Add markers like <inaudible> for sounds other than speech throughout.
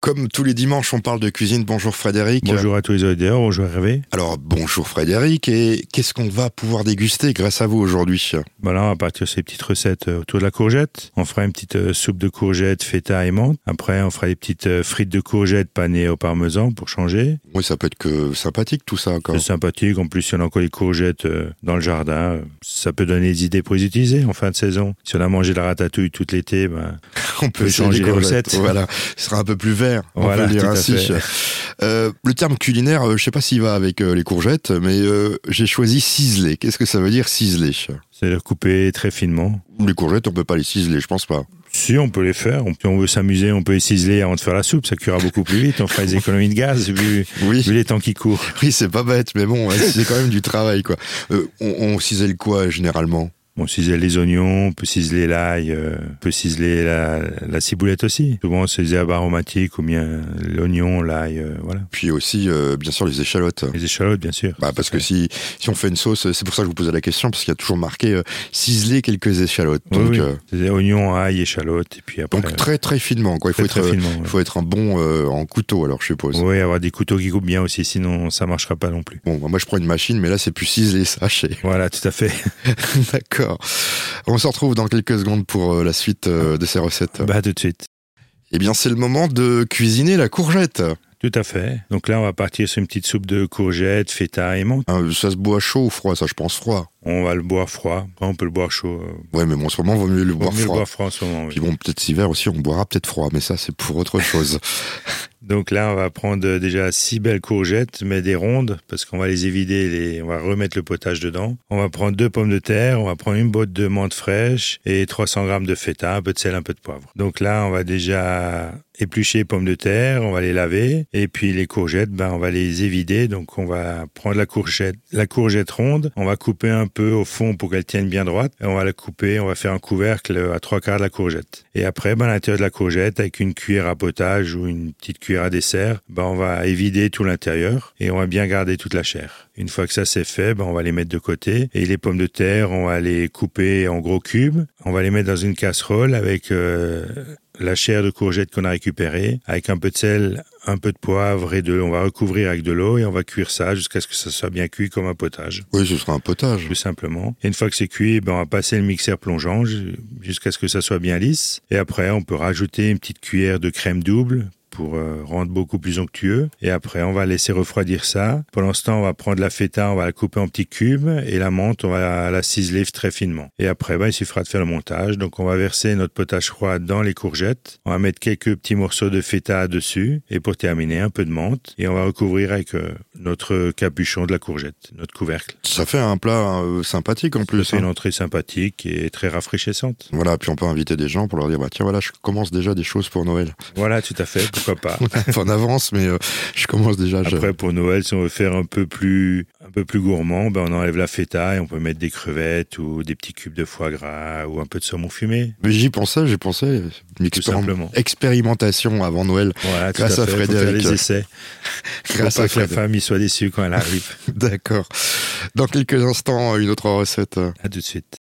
Comme tous les dimanches, on parle de cuisine. Bonjour Frédéric. Bonjour à tous les auditeurs, bonjour Hervé. Alors bonjour Frédéric, et qu'est-ce qu'on va pouvoir déguster grâce à vous aujourd'hui Voilà, à partir de ces petites recettes euh, autour de la courgette, on fera une petite euh, soupe de courgettes, feta et menthe. Après, on fera des petites euh, frites de courgettes panées au parmesan pour changer. Oui, ça peut être que sympathique tout ça. Quoi. C'est sympathique. En plus, si on a encore les courgettes euh, dans le jardin, euh, ça peut donner des idées pour les utiliser en fin de saison. Si on a mangé la ratatouille tout l'été, ben, On peut changer essayer des les crevettes. recettes. Voilà, ce sera un peu plus vert. On Voilà, peut le dire tout à ainsi. Euh, le terme culinaire, euh, je sais pas s'il va avec euh, les courgettes, mais euh, j'ai choisi ciseler. Qu'est-ce que ça veut dire ciseler c'est de couper très finement. Les courgettes, on peut pas les ciseler, je pense pas. Si on peut les faire, on- si on veut s'amuser, on peut les ciseler avant de faire la soupe, ça cuira beaucoup plus vite, on fera des économies de gaz vu, Oui, vu les temps qui courent. <laughs> oui, c'est pas bête, mais bon, hein, c'est quand même du travail quoi. Euh, on, on cisèle quoi généralement On cisèle les oignons, on peut ciseler l'ail, euh, on peut ciseler la, la ciboulette aussi. Souvent, c'est des herbes aromatiques ou bien l'oignon, l'ail, euh, voilà. Puis aussi, euh, bien sûr, les échalotes. Les échalotes, bien sûr. Bah parce que si, si on fait une sauce, c'est pour ça que je vous posais la question, parce qu'il y a toujours marqué euh, ciseler quelques échalotes. Oui, donc, oui. euh, C'est oignon, ail, échalote, et puis après. donc très très finement. Quoi. Il faut, très, être, très euh, finement. ouais. faut être un bon euh, en couteau, alors je suppose. Oui, avoir des couteaux qui coupent bien aussi, sinon ça marchera pas non plus. Bon, bah, moi je prends une machine, mais là c'est plus ciseler, ça, <laughs> je sais. Voilà, tout à fait. D'accord. On se retrouve dans quelques secondes pour euh, la suite euh, de ces <laughs> recettes. bah, tout de suite. Eh bien, c'est le moment de cuisiner la courgette. Tout à fait. Donc là, on va partir sur une petite soupe de courgettes, feta et menthe. Hein, ça se boit chaud ou froid, ça je pense froid. On va le boire froid. Après, on peut le boire chaud. euh, Ouais, mais bon, en ce moment, vaut mieux le vaut boire mieux le froid. boire froid en ce moment. oui. Puis bon, peut-être cet hiver aussi, on boira peut-être froid, mais ça c'est pour autre <laughs> chose. Donc là, on va prendre euh, déjà six belles courgettes, mais des rondes, parce qu'on va les évider, les... on va remettre le potage dedans. On va prendre deux pommes de terre, on va prendre une botte de menthe fraîche et 300 grammes de feta, un peu de sel, un peu de poivre. Donc là, on va déjà éplucher les pommes de terre, on va les laver, et puis les courgettes, ben, on va les évider. Donc on va prendre la courgette, la courgette ronde, on va couper un peu au fond pour qu'elle tienne bien droite, et on va la couper, on va faire un couvercle euh, à trois quarts de la courgette. Et après, ben, à l'intérieur de la courgette, avec une cuillère à potage ou une petite cuillère à dessert, ben, on va évider tout l'intérieur et on va bien garder toute la chair. Une fois que ça c'est fait, ben, on va les mettre de côté et les pommes de terre, on va les couper en gros cubes, on va les mettre dans une casserole avec euh, la chair de courgette qu'on a récupérée, avec un peu de sel, un peu de poivre et de, on va recouvrir avec de l'eau et on va cuire ça jusqu'à ce que ça soit bien cuit comme un potage oui, ce sera un potage. tout simplement. Et une fois que c'est cuit, ben, on va passer le mixeur plongeant ju- jusqu'à ce que ça soit bien lisse. Et après, on peut rajouter une petite cuillère de crème double pour euh, rendre beaucoup plus onctueux. Et après, on va laisser refroidir ça. Pendant ce temps, on va prendre la feta, on va la couper en petits cubes et la menthe, on va la ciseler très finement. Et après, ben, il suffira de faire le montage. Donc, on va verser notre potage froid dans les courgettes. On va mettre quelques petits morceaux de feta dessus et pour terminer, un peu de menthe. Et on va recouvrir avec euh, notre capuchon de la courgette, notre couvercle. Ça fait un plat euh, sympathique en plus. C'est hein. une entrée sympathique et très rafraîchissante. Voilà, puis on peut inviter des gens pour leur dire, bah tiens, voilà, je commence déjà des choses pour Noël. Voilà, tout à fait, <laughs> pourquoi pas. Enfin, en avance, mais euh, je commence déjà. je- Après, pour Noël, si on veut faire un peu plus, un peu plus gourmand, ben on enlève la feta et on peut mettre des crevettes ou des petits cubes de foie gras ou un peu de saumon fumé. Mais j'y pensais, j'y pensais. Une Tout expérim- simplement. expérimentation avant Noël. Voilà, tout Grâce à à fait. faut faire Frédéric. les essais. <laughs> Pour Grâce pas à que la Fred. femme y soit déçue quand elle arrive. D'accord. Dans quelques instants, euh, une autre recette. à tout de suite.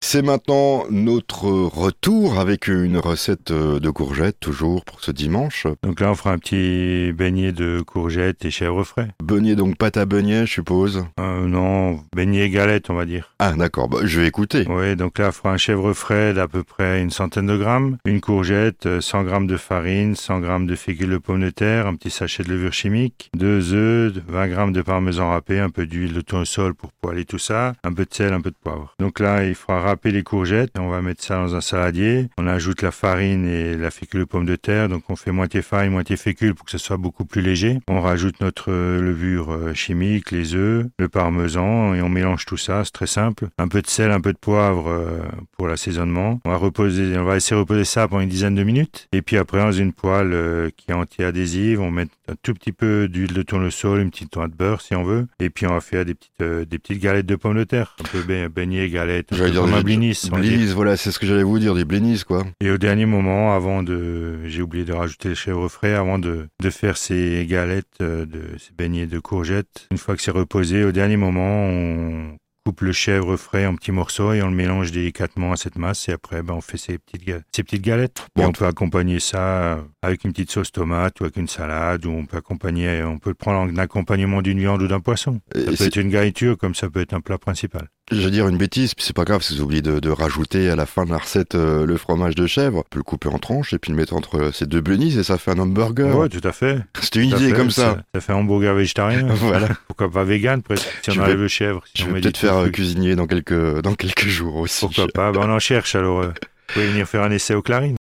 C'est maintenant notre retour avec une recette euh, de courgettes, toujours pour ce dimanche. Donc là, on fera un petit beignet de courgettes et chèvres frais. Beignet, donc pâte à beignet, je suppose. Euh, non, beignet et galette, on va dire. Ah, d'accord, bah, je vais écouter. Oui, donc là, il faudra un chèvre frais d'à peu près une centaine de grammes, une courgette, euh, 100 grammes de farine, 100 grammes de fécule de pomme de terre, un petit sachet de levure chimique, deux œufs, 20 grammes de parmesan râpé, un peu d'huile de tournesol pour poêler tout ça, un peu de sel, un peu de poivre. Donc là, il faudra râper les courgettes et on va mettre ça dans un saladier. On ajoute la farine et la fécule de pomme de terre, donc on fait moitié farine, moitié fécule pour que ce soit beaucoup plus léger. On rajoute notre euh, levure euh, chimique, les œufs, le parmesan et on mélange tout ça, c'est très simple. Un peu de sel, un peu de poivre euh, pour l'assaisonnement. On va reposer, on va laisser reposer ça pendant une dizaine de minutes. Et puis après, dans une poêle euh, qui est anti-adhésive, on met un tout petit peu d'huile de tournesol, une petite tointe de beurre si on veut. Et puis on va faire des petites, euh, des petites galettes de pommes de terre, un peu ba- beignet, galette, un J'allais peu dire comme des- un blinis, on dit. Blinis, voilà, c'est ce que j'allais vous dire, des blinis, quoi. Et au dernier moment, avant de, j'ai oublié de rajouter le chèvre frais, avant de, de faire ces galettes, euh, de, ces beignets de courgettes, une fois que c'est reposé, au dernier moment, on coupe le chèvre frais en petits morceaux et on le mélange délicatement à cette masse. Et après, ben, on fait ces petites, ga- ces petites galettes. Et Bon. on peut accompagner ça euh, avec une petite sauce tomate ou avec une salade ou on peut accompagner, euh, on peut le prendre en accompagnement d'une viande ou d'un poisson. Et Ça peut c'est- être une garniture comme ça peut être un plat principal. Je vais dire une bêtise, puis c'est pas grave si vous oubliez de, de rajouter à la fin de la recette euh, le fromage de chèvre. On peut le couper en tranches et puis le mettre entre euh, ces deux bunnies et ça fait un hamburger. <laughs> Ouais, tout à fait. C'était une Tout à idée fait. comme ça. Ça fait hamburger végétarien. <laughs> <laughs> Voilà. Pourquoi pas vegan presque Si Je on vais- enlève le chèvre. si Je on vais met peut-être des faire euh, trucs. cuisiner dans quelques, dans quelques jours aussi. Pourquoi pas Ben, On en cherche alors. euh, Vous pouvez venir faire un essai aux clarines.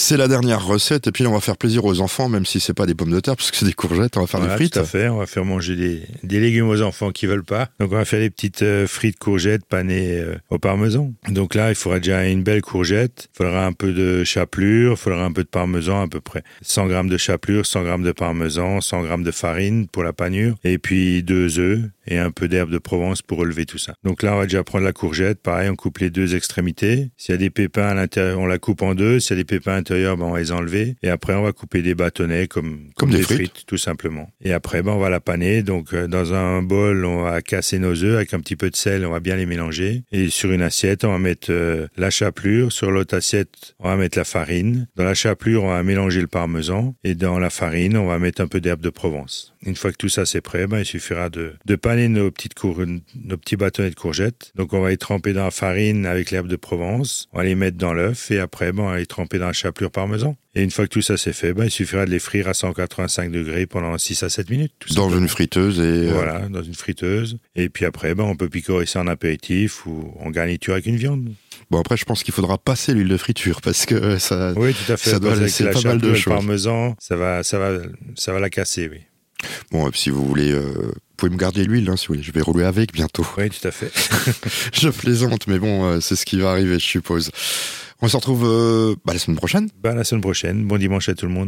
C'est la dernière recette et puis là, on va faire plaisir aux enfants, même si c'est pas des pommes de terre, parce que c'est des courgettes, on va faire Voilà, des frites. tout à fait. On va faire manger des, des légumes aux enfants qui veulent pas. Donc, on va faire des petites euh, frites courgettes panées euh, au parmesan. Donc là, il faudra déjà une belle courgette. Il faudra un peu de chapelure. Il faudra un peu de parmesan à peu près. 100 grammes de chapelure, 100 grammes de parmesan, 100 grammes de farine pour la panure. Et puis deux œufs et un peu d'herbe de Provence pour relever tout ça. Donc là, on va déjà prendre la courgette. Pareil, on coupe les deux extrémités. S'il y a des pépins à l'intérieur, on la coupe en deux. S'il y a des pépins à l'intérieur, ben, on va les enlever. Et après, on va couper des bâtonnets comme, Comme des frites. tout simplement. Et après, ben, on va la paner. Donc, euh, dans un bol, on va casser nos œufs avec un petit peu de sel. On va bien les mélanger. Et sur une assiette, on va mettre euh, la chapelure. Sur l'autre assiette, on va mettre la farine. Dans la chapelure, on va mélanger le parmesan. Et dans la farine, on va mettre un peu d'herbe de Provence. Une fois que tout ça c'est prêt, ben, il suffira de, de paner nos, petites cour- nos petits bâtonnets de courgettes. Donc, on va les tremper dans la farine avec l'herbe de Provence. On va les mettre dans l'œuf. Et après, ben, on va les tremper dans la chapelure parmesan. Et une fois que tout ça c'est fait, ben, il suffira de les frire à 185 degrés pendant 6 à 7 minutes. tout Dans simplement. une friteuse et euh, Voilà, dans une friteuse. Et puis après, ben, on peut picorer ça en apéritif ou en garniture avec une viande. bon après je pense qu'il faudra passer l'huile de friture parce que euh, ça Oui, tout à fait. Ça doit Parce que laisser la pas mal de chapelure et le choses. parmesan, ça va, ça va, ça va la casser, oui. bon euh, si vous voulez euh, vous pouvez me garder l'huile hein, si vous voulez je vais rouler avec bientôt. <laughs> Oui, tout à fait. je plaisante mais bon euh, c'est ce qui va arriver je suppose. On se retrouve euh, bah, la semaine prochaine. Ben, à la semaine prochaine. Bon dimanche à tout le monde.